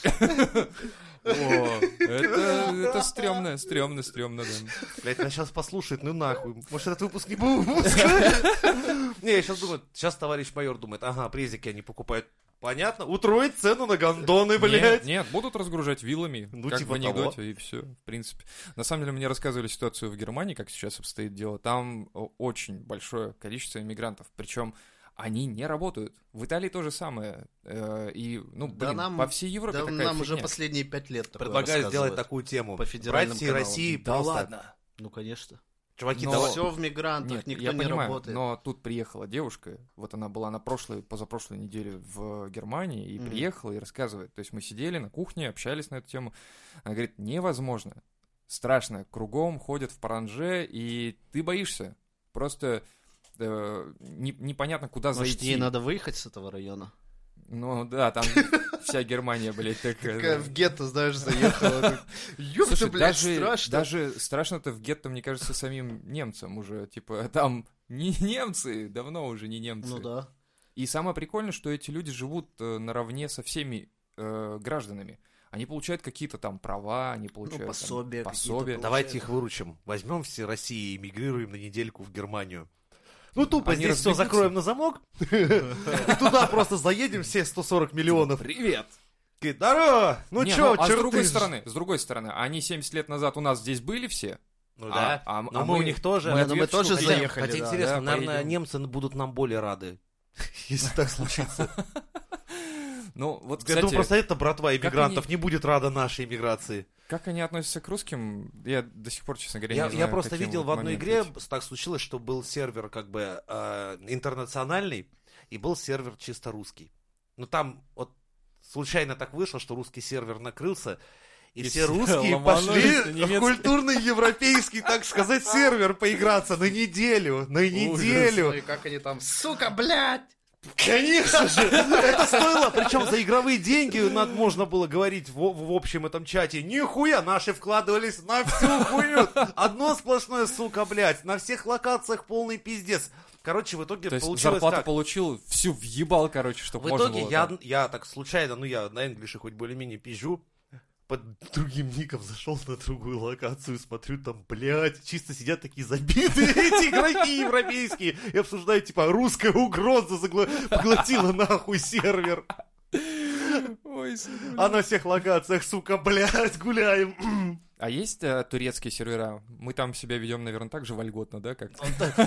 S1: О, это, это стрёмно, стрёмно, стрёмно, да.
S2: Блять, нас сейчас послушает, ну нахуй. Может, этот выпуск не был выпуск? Не, я сейчас думаю, сейчас товарищ майор думает, ага, презики они покупают. Понятно, утроить цену на гондоны,
S1: Нет,
S2: блядь.
S1: нет, будут разгружать вилами,
S2: Ну,
S1: как
S2: типа
S1: в анекдоте, и все, в принципе. На самом деле, мне рассказывали ситуацию в Германии, как сейчас обстоит дело. Там о, очень большое количество иммигрантов, причем они не работают. В Италии то же самое. Э, И, ну, блин,
S3: Да нам-
S1: по всей Европе
S3: Да
S1: такая
S3: нам уже
S1: фигня.
S3: последние пять лет такое
S2: Предлагаю сделать
S3: рассказывают.
S2: такую тему.
S3: По
S2: Брать
S3: федеральным
S2: всей
S3: каналам.
S2: России
S3: Да
S2: просто-
S3: ладно. Ну, конечно.
S2: Чуваки,
S1: Но-
S2: давай.
S1: Всё,
S3: Все в мигрантах,
S1: Нет,
S3: никто
S1: я
S3: не
S1: понимаю,
S3: работает.
S1: но тут приехала девушка, вот она была на прошлой, позапрошлой неделе в Германии, и
S3: Мгм.
S1: приехала и рассказывает. То есть мы сидели на кухне, общались на эту тему. Она говорит, невозможно, страшно, кругом ходят в паранже, и ты боишься. Просто э, не- непонятно, куда
S3: Может,
S1: зайти.
S3: ей надо выехать с этого района?
S1: Ну да, там вся Германия, блядь,
S4: Такая
S1: такая.
S4: в гетто, знаешь,
S1: <laughs>
S4: заехала. Ёпта,
S1: Э, Слушай,
S4: блядь,
S1: даже,
S4: страшно.
S1: даже страшно-то в гетто, мне кажется, самим немцам уже. Типа, там не немцы, давно уже не немцы.
S3: Ну да.
S1: И самое прикольное, что эти люди живут э, наравне со всеми э, гражданами. Они получают какие-то там права,
S2: Ну,
S1: они получают там,
S3: пособия какие-то
S1: пособия.
S3: получают.
S2: Давайте их выручим. Возьмем все России и эмигрируем на недельку в Германию. Ну, тупо
S1: Они
S2: здесь все
S1: разбегутся.
S2: закроем на замок. И туда просто заедем все 140 миллионов.
S1: Привет!
S2: Такие, Здорово! Ну
S1: Не,
S2: чё,
S1: а с другой
S2: черты ж-
S1: стороны, с другой стороны, они 70 лет назад у нас здесь были все.
S2: Ну
S1: а-
S2: да.
S1: а-
S2: Но
S1: а
S2: мы у них тоже.
S1: мы
S2: Не,
S1: ответ,
S3: мы
S1: что
S3: тоже
S1: хотя-
S2: хотя-
S3: заехали,
S2: Хотя
S3: да.
S2: интересно,
S1: Да,
S2: наверное,
S1: поедем.
S2: немцы будут нам более рады. <laughs> Если так случится.
S1: <laughs> Ну, вот,
S2: Я думаю,
S1: кстати,
S2: просто это братва
S1: как
S2: иммигрантов не будет рада нашей иммиграции.
S1: как они относятся к русским, я до сих пор, честно говоря,
S2: Я,
S1: не
S2: я
S1: знаю.
S2: просто
S1: каким
S2: видел
S1: вот
S2: в одной
S1: момент
S2: игре,
S1: идти.
S2: так случилось, что был сервер как бы э, интернациональный, и был сервер чисто русский. Но там вот случайно так вышло, что русский сервер накрылся,
S1: И
S2: и, все
S1: все
S2: русские
S1: ломанулись на
S2: пошли
S1: немецкий.
S2: в культурный европейский, так сказать, сервер поиграться на неделю, на неделю.
S4: Ну и как они там, сука, блядь!
S2: Конечно же, это стоило, причем за игровые деньги над- можно было говорить в, в общем этом чате. Нихуя, наши вкладывались на всю хуйню. Одно сплошное, сука, блядь, на всех локациях полный пиздец. Короче, в итоге
S1: То есть
S2: получилось
S1: зарплату
S2: так.
S1: получил, всю въебал, короче, чтобы
S2: В
S1: можно
S2: <laughs> итоге
S1: было
S2: я,
S1: там.
S2: я так случайно, ну я на инглише хоть более-менее пизжу, под другим ником зашел на другую локацию, смотрю, там, блядь, чисто сидят такие забитые <laughs> эти игроки европейские и обсуждают, типа, русская угроза загла- поглотила нахуй сервер.
S1: Ой, сука.
S2: А на всех локациях, сука, блядь, гуляем.
S1: А есть э, турецкие сервера? Мы там себя ведем, наверное, так же вольготно, да? Как?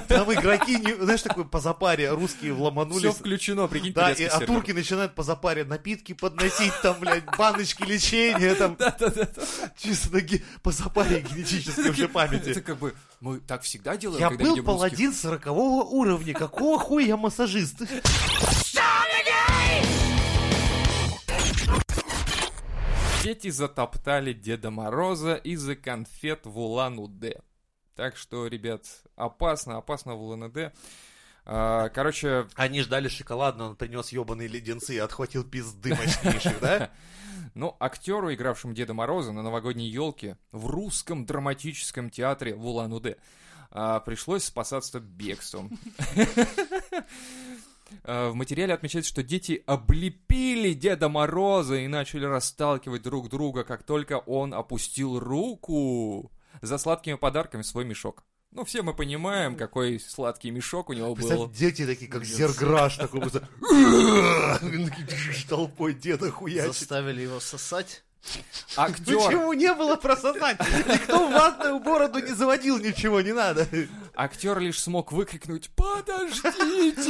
S2: Там игроки, не- знаешь, такой по запаре
S1: Все
S2: русские вломанулись.
S1: включено, прикинь,
S2: Да, и,
S1: турецкий
S2: а
S1: сервер.
S2: турки начинают по запаре напитки подносить, там, блядь, баночки лечения, там,
S1: <laughs>
S2: <laughs>
S1: Да-да-да.
S2: чисто таки по запаре генетической уже
S1: Это
S2: памяти.
S1: как бы, мы так всегда делаем,
S2: Я
S1: когда
S2: был
S1: едим русских.
S2: паладин сорокового уровня, какого хуя я массажист?
S1: Дети затоптали Деда Мороза из-за конфет в Улан-Удэ. Так что, ребят, опасно, опасно в Улан-Удэ. А, Короче,
S2: <laughs> Они ждали шоколадного, он принес ебаные леденцы и отхватил пизды мощнейших, да?
S1: ну, актеру, игравшему Деда Мороза на новогодней елке в русском драматическом театре в Улан-Удэ, а, пришлось спасаться бегством. <laughs> А, В материале отмечается, что дети облепили Деда Мороза и начали расталкивать друг друга, как только он опустил руку за сладкими подарками в свой мешок. Ну, все мы понимаем, какой сладкий мешок у него
S2: Представь,
S1: был.
S2: дети такие, как Зерграш, такой <laughs> просто... Толпой деда хуячит.
S3: Заставили его сосать.
S1: Актер
S2: Почему не было про сознание? Никто в ватную бороду не заводил, ничего не надо.
S1: Актер лишь смог выкрикнуть «Подождите!»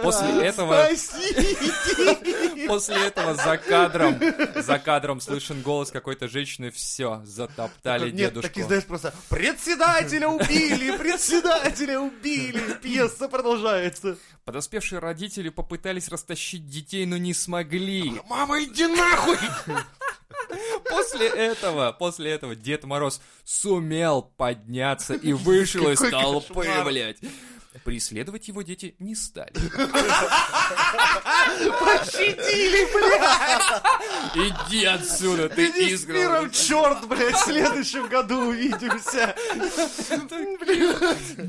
S1: После этого,
S2: Спасите!
S1: после этого за кадром, за кадром слышен голос какой-то женщины «Все, затоптали
S2: Нет, такие,
S1: дедушку».
S2: знаешь, просто «Председателя убили! Председателя убили!» Пьеса продолжается.
S1: Подоспевшие родители попытались растащить детей, но не смогли.
S2: «Мама, иди нахуй!»
S1: <laughs> После этого, после этого Дед Мороз сумел подняться и вышел из
S2: Какой
S1: толпы,
S2: кошмар.
S1: блядь. Преследовать его дети не стали.
S2: <laughs> Пощадили, блядь!
S1: Иди отсюда, ты
S2: Иди с
S1: изграл.
S2: миром, черт, блядь, в следующем году увидимся!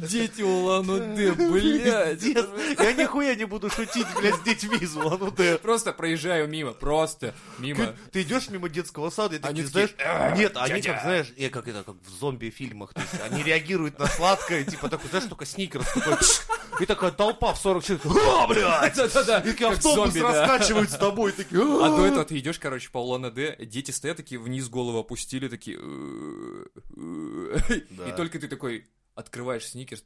S1: Дети Улан-Удэ, блядь.
S2: Пиздец. Я нихуя не буду шутить, блядь, с детьми из Улан-Удэ.
S1: Просто проезжаю мимо, просто мимо.
S2: Ты идешь мимо детского сада, и
S1: Они
S2: такие,
S1: такие, «Э,
S2: знаешь, нет, они как, знаешь, я как это, как в зомби-фильмах, то есть они реагируют на сладкое, типа такой, знаешь, только сникерс такой, пш, и такая толпа в 40 человек, о, блядь!
S1: Да-да-да,
S2: И такие
S1: как
S2: автобус
S1: зомби, да.
S2: раскачивают с тобой, такие,
S1: А
S2: «А».
S1: до этого
S2: <laughs>
S1: ты идешь, короче, по улан дети стоят такие, вниз голову опустили, такие... «Э, э».
S2: Да.
S1: И только ты такой открываешь сникерс,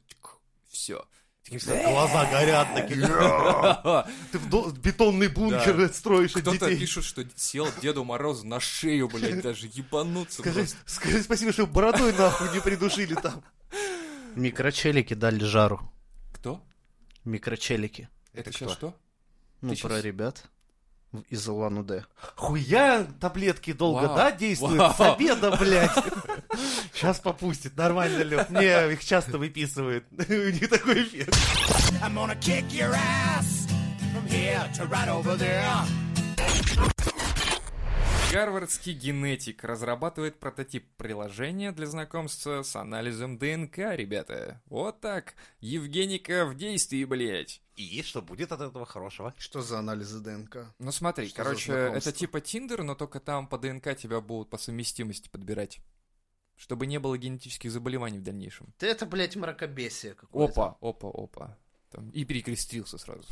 S1: все.
S2: глаза горят
S1: «Э».
S2: такие, «А».
S1: <laughs> Кто-то
S2: ты в до- бетонный бункер строишь от детей.
S1: пишет, что сел Деду Морозу на шею, блядь, даже ебануться
S2: Скажи,
S1: просто.
S2: скажи спасибо, что бородой нахуй не придушили там.
S3: Микрочелики дали жару.
S1: Кто?
S3: Микрочелики.
S1: Это
S2: Это
S1: сейчас что?
S3: Ну,
S1: Ты щас-
S3: про ребят в- из Улан-Удэ.
S2: Хуя таблетки долго,
S1: Вау.
S2: да, действуют?
S1: Вау.
S2: С обеда, блядь. Сейчас попустит, нормально, Лёв. Мне их часто выписывают. <laughs> У них такой эффект.
S1: Гарвардский генетик разрабатывает прототип приложения для знакомства с анализом ДНК, ребята. Вот так. Евгеника в действии, блядь.
S2: И что будет от этого хорошего?
S4: Что за анализы ДНК?
S1: Ну смотри,
S4: Что за
S1: короче,
S4: знакомство?
S1: это типа Тиндер, но только там по ДНК тебя будут по совместимости подбирать. Чтобы не было генетических заболеваний в дальнейшем.
S3: Ты это, блядь, мракобесие какое-то.
S1: Опа, опа, опа. Там, и перекрестился сразу.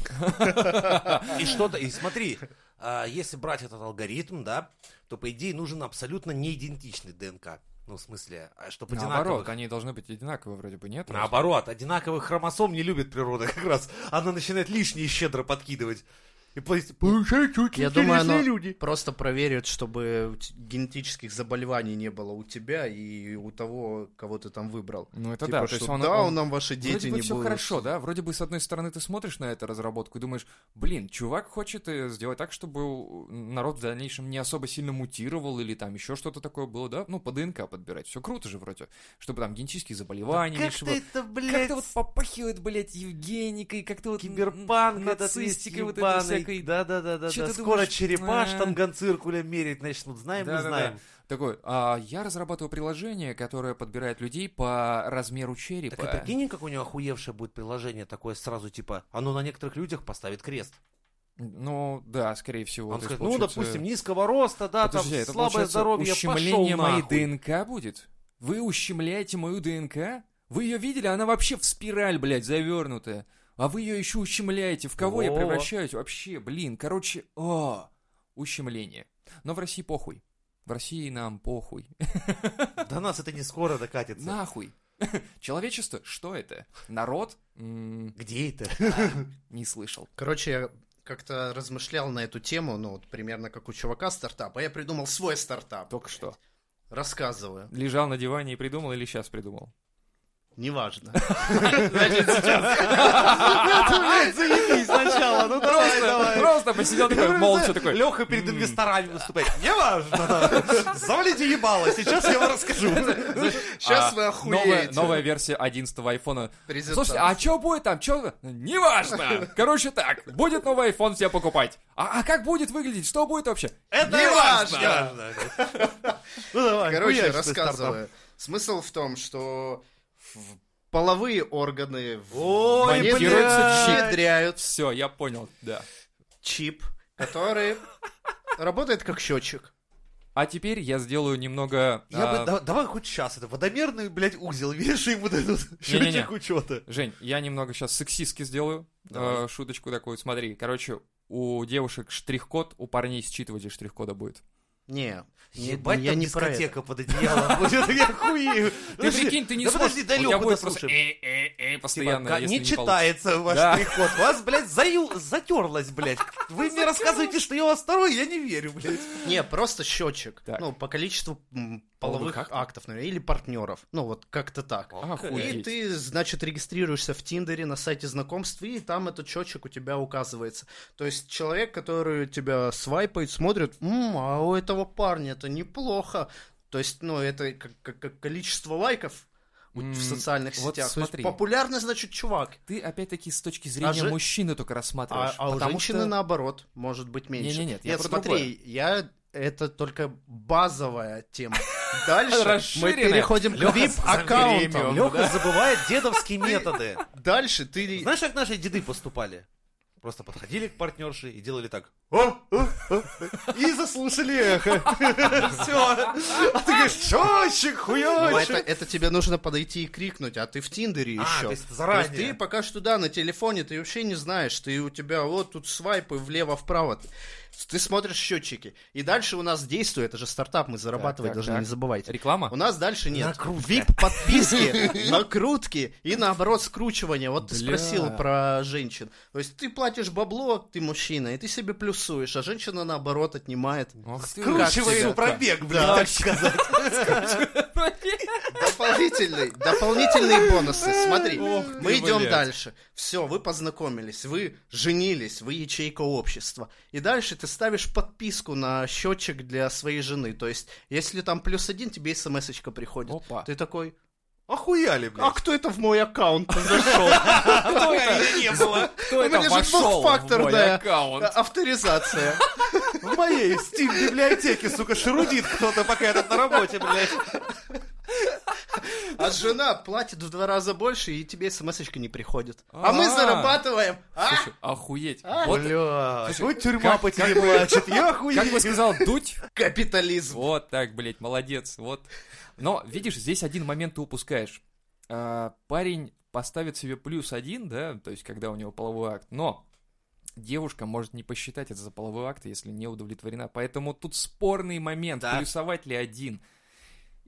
S2: И что-то, и смотри, а, если брать этот алгоритм, да, то, по идее, нужен абсолютно неидентичный ДНК. Ну, в смысле, а чтобы одинаковых...
S1: Наоборот, они должны быть одинаковые вроде бы, нет?
S2: Наоборот, одинаковых хромосом не любит природа как раз. Она начинает лишние щедро подкидывать. И получается, получается, очень
S3: Я думаю,
S2: интересные
S3: оно
S2: люди.
S3: просто проверят, чтобы у т- генетических заболеваний не было у тебя и у того, кого ты там выбрал.
S1: Ну это
S4: Типа,
S1: да, то
S4: что
S1: есть он-
S4: да,
S1: он-
S4: у нам ваши дети
S1: Вроде бы
S4: не
S1: все
S4: будут.
S1: хорошо, да? Вроде бы, с одной стороны, ты смотришь на эту разработку и думаешь, блин, чувак хочет э, сделать так, чтобы у- народ в дальнейшем не особо сильно мутировал или там еще что-то такое было, да? Ну, по ДНК подбирать. Все круто же вроде. Чтобы там генетические заболевания
S2: Как
S1: меньше
S2: ты
S1: было.
S2: это, блядь,
S1: Как-то вот попахивает, блядь, Евгеникой, как-то вот...
S2: Киберпанк, этот
S1: нацистикой вот
S2: вот
S1: этой всякой.
S2: Да, да, да, да.
S1: Чё
S2: да.
S1: ты
S2: Скоро
S1: думаешь?
S2: черепа
S1: А.
S2: штангоциркулем мерить начнут. Знаем, не
S1: Да-да-да.
S2: знаем.
S1: Такой, «А, я разрабатываю приложение, которое подбирает людей по размеру черепа.
S2: Так и типа, прикинь, как у него охуевшее будет приложение такое сразу, типа, оно на некоторых людях поставит крест.
S1: Ну, да, скорее всего.
S2: Он
S1: то есть
S2: скажет, ну,
S1: получится-
S2: допустим, низкого роста, да,
S1: Подожди,
S2: там
S1: это
S2: слабое
S1: получается
S2: здоровье, пошел
S1: ущемление моей
S2: нахуй. <laughs>
S1: ДНК будет? Вы ущемляете мою ДНК? Вы ее видели? Она вообще в спираль, блядь, завернутая. А вы ее еще ущемляете. В кого я
S2: Во.
S1: превращаюсь вообще, блин? Короче, о, ущемление. Но в России похуй. В России нам похуй. <laughs>
S2: До нас это не скоро докатится.
S1: Нахуй. <laughs> Человечество? Что это? Народ? М,
S2: Где
S1: <laughs>
S2: это?
S1: Не слышал.
S4: Короче, я как-то размышлял на эту тему, ну, вот примерно как у чувака стартап, а я придумал свой стартап.
S1: Только что.
S4: Рассказываю.
S1: Лежал на диване и придумал или сейчас придумал?
S4: Неважно.
S2: Заебись сначала, ну давай, давай.
S1: Просто посидел
S2: <laughs>
S1: такой молча такой. «М-м».
S2: Леха перед инвесторами выступает. Не важно. <laughs> Завалите ебало, сейчас я вам
S1: <laughs>
S2: расскажу.
S4: Сейчас
S1: А,
S4: вы
S1: Новая,
S4: охуеете.
S1: новая версия 11 айфона.
S4: Презентация.
S1: Слушайте, а что будет там? Что? Неважно.
S2: <laughs>
S1: Короче так, будет новый iPhone все покупать. А, а как будет выглядеть? Что будет вообще?
S2: Это
S4: Не важно.
S2: важно. Ну давай,
S4: Короче,
S2: хуяч ты
S4: рассказываю. Смысл в том, что в половые органы в
S2: Ой,
S4: монету
S1: блядь.
S4: внедряют
S1: Все, я понял, да.
S4: чип, который работает как счетчик.
S1: А теперь я сделаю немного...
S2: стартап. Я
S1: а,
S2: бы, да- давай хоть сейчас это, водомерный, блядь, узел, <laughs> видишь, и ему дадут
S1: Не-не-не.
S2: счетчик учета.
S1: Жень, я немного сейчас сексистски сделаю.
S2: Давай.
S1: э, шуточку такую, смотри. Короче, у девушек штрих-код, у парней считыватель штрих-кода будет.
S4: Не, не-
S2: Ебать,
S4: Ну, я
S2: там
S4: не про это.
S2: дискотека под одеялом <laughs> будет, я хуею.
S1: Ты прикинь, ты не
S2: да
S1: сможешь.
S2: подожди, да
S1: У тебя
S2: Лёха
S1: будет
S2: дослушаем.
S1: просто э-э-э постоянно,
S2: Типа,
S1: если
S2: не,
S1: не получится.
S2: читается ваш
S1: Да.
S2: приход. У вас, блядь, заю... затерлась, блядь. Вы мне рассказываете, что я у вас второй, я не верю, блядь.
S4: Не, просто счетчик.
S1: Так.
S4: Ну, по количеству м,
S1: Половых
S4: половых
S1: актов?
S4: актов, наверное, или партнеров. Ну, вот как-то так. И
S1: Охуеть.
S4: ты, значит, регистрируешься в Тиндере на сайте знакомств, и там этот счетчик у тебя указывается. То есть человек, который тебя свайпает, смотрит, «М, а у этого парня это неплохо. То есть, ну, это как, как- как количество лайков у-
S1: М,
S4: в социальных
S1: вот
S4: сетях. То есть
S1: смотри.
S4: популярный, значит, чувак.
S1: Ты опять-таки с точки зрения
S4: А же-
S1: мужчины только
S4: А,
S1: рассматриваешь.
S4: а у
S1: потому
S4: женщины,
S1: что-
S4: наоборот, может быть меньше.
S1: Не-не-нет, я про
S4: смотри, я... Это только базовая <laughs> тема. Дальше мы
S1: Расширенная.
S4: переходим к VIP-аккаунтам.
S2: Леха забывает дедовские методы.
S4: Дальше <laughs> ты...
S2: Знаешь, как наши деды поступали? Просто подходили к партнерше и делали так.
S4: И заслушали эхо.
S2: Все. А ты говоришь, счетчик,
S4: Ну, это,
S2: хуёчек.
S4: это тебе нужно подойти и крикнуть, а ты в Тиндере
S2: А,
S4: еще.
S2: то есть заранее.
S4: ты пока что, да, на телефоне ты вообще не знаешь, ты у тебя вот тут свайпы влево-вправо, ты смотришь счетчики. И дальше у нас действует, это же стартап, мы зарабатывать
S1: так,
S4: должны,
S1: так.
S4: не забывайте.
S1: Реклама?
S4: У нас дальше нет.
S2: Накрутка.
S4: VIP-подписки, <laughs> накрутки и наоборот скручивание. Вот ты
S1: Бля.
S4: спросил про женщин. То есть ты платишь бабло, ты мужчина, и ты себе плюсуешь, а женщина наоборот отнимает.
S1: Ах ты,
S2: Скручивай
S1: сука. <laughs>
S2: ему пробег, блядь, так сказать.
S4: Дополнительный, дополнительные бонусы. Смотри,
S1: Ох
S4: мы
S1: ты,
S4: идем
S1: блядь.
S4: дальше. Все, вы познакомились, вы женились, вы ячейка общества. И дальше ты ставишь подписку на счетчик для своей жены. То есть, если там плюс один, тебе смс-очка приходит.
S1: Опа.
S4: Ты такой,
S2: Охуяли,
S4: а
S2: блядь.
S4: кто это в мой аккаунт зашел?
S1: Кто это?
S2: не было.
S1: Кто
S4: У
S1: это
S4: меня же
S1: вошел в мой
S4: двухфакторная.
S1: аккаунт?
S4: Э, Авторизация.
S2: В моей Steam-библиотеке, сука, шерудит кто-то, пока я тут на работе, блядь.
S4: А жена платит в два раза больше, и тебе смс-очка не приходит. А мы
S1: А.
S4: зарабатываем. А?
S1: Слушай, охуеть. Вот
S2: Блядь,
S1: Слушай,
S2: вот тюрьма
S1: как-
S2: по тебе
S4: а
S2: плачет, <laughs> я охуел.
S1: Как бы сказал Дудь,
S4: Капитализм.
S1: вот так, блядь, молодец, вот. Но, видишь, здесь один момент ты упускаешь. А, Парень поставит себе плюс один, да, то есть когда у него половой акт, но девушка может не посчитать это за половой акт, если не удовлетворена. Поэтому тут спорный момент,
S2: Да.
S1: плюсовать ли один.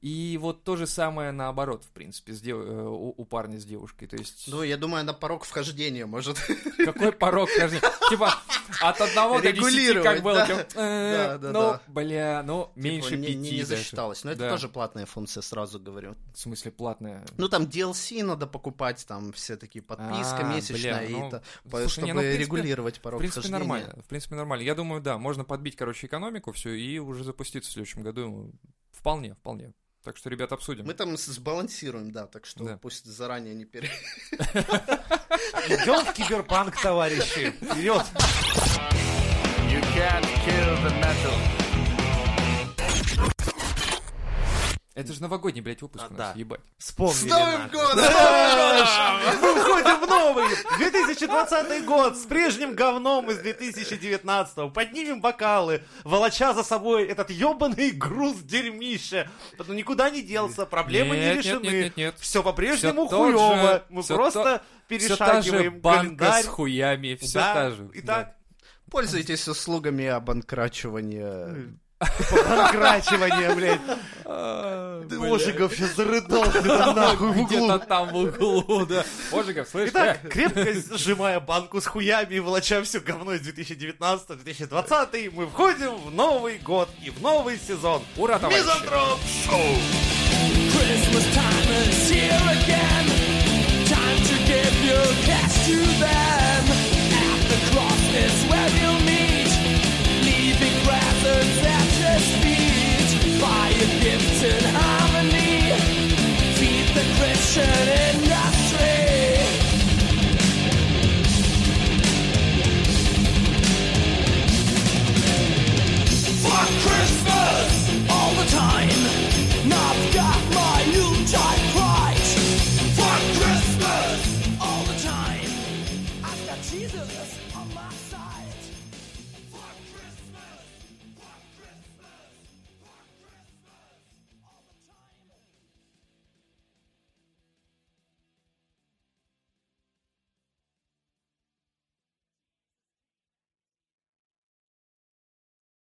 S1: И вот то же самое наоборот, в принципе, с дев- э, у, у парня с девушкой. То есть,
S4: Ну, я думаю, на порог вхождения может.
S1: <laughs>
S4: <laughs> типа,
S1: какой порог, скажи? Типа, от одного до десяти, как
S4: Регулировать,
S1: было.
S4: да.
S1: типа, э,
S4: Да, да,
S1: Ну,
S4: да.
S1: бля, ну, меньше
S4: Типа, не-
S1: пяти.
S4: не, не
S1: даже.
S4: засчиталось. Но это
S1: Да.
S4: тоже платная функция, сразу говорю.
S1: В смысле, платная.
S4: Ну там DLC надо покупать, там все такие подписка
S1: А,
S4: месячная,
S1: бля, ну,
S4: и то, по-
S1: слушай,
S4: чтобы
S1: не, ну, в принципе-
S4: регулировать
S1: В
S4: порог
S1: принципе,
S4: вхождения.
S1: нормально. В принципе, нормально. Я думаю, да, можно подбить, короче, экономику всю и уже запуститься в следующем году. ну, Вполне, вполне. Так что, ребят, обсудим.
S4: Мы там с- сбалансируем, да, так что
S1: Да.
S4: пусть заранее не пере...
S2: Идем в киберпанк, товарищи. Вперед.
S1: Это же новогодний, блядь, выпуск
S2: А,
S1: у нас,
S2: да.
S1: ебать.
S2: Вспомнили.
S3: С Новым
S2: нахуй.
S3: годом!
S2: Мы входим в новый 2020 год с прежним говном из 2019 Поднимем бокалы, волоча за собой этот ебаный груз дерьмища. Потому никуда не делся, проблемы не
S1: Нет, нет,
S2: решены.
S1: нет, нет, нет.
S2: Все по-прежнему
S1: Всё тот же,
S2: хуево. Мы
S1: всё
S2: просто
S1: Все та же
S2: перешагиваем
S1: банка
S2: календарь.
S1: с хуями, все
S2: Да,
S1: та же.
S2: Итак,
S3: Пользуйтесь услугами обанкрачивания.
S2: прокрачивание, блядь.
S4: <laughs>
S1: Да.
S2: Ты, Ожегов сейчас зарыдал ты там нахуй в углу.
S1: Где-то там в углу, да. Ожигов, слышишь? <laughs> э?
S2: Итак, крепко сжимая банку с хуями и волоча все говно из 2019-2020, мы входим в новый год и в новый сезон.
S1: э, Ура, товарищи!
S2: Мизантроп Шоу!
S5: Christmas time is here again. Time to give your cash to them.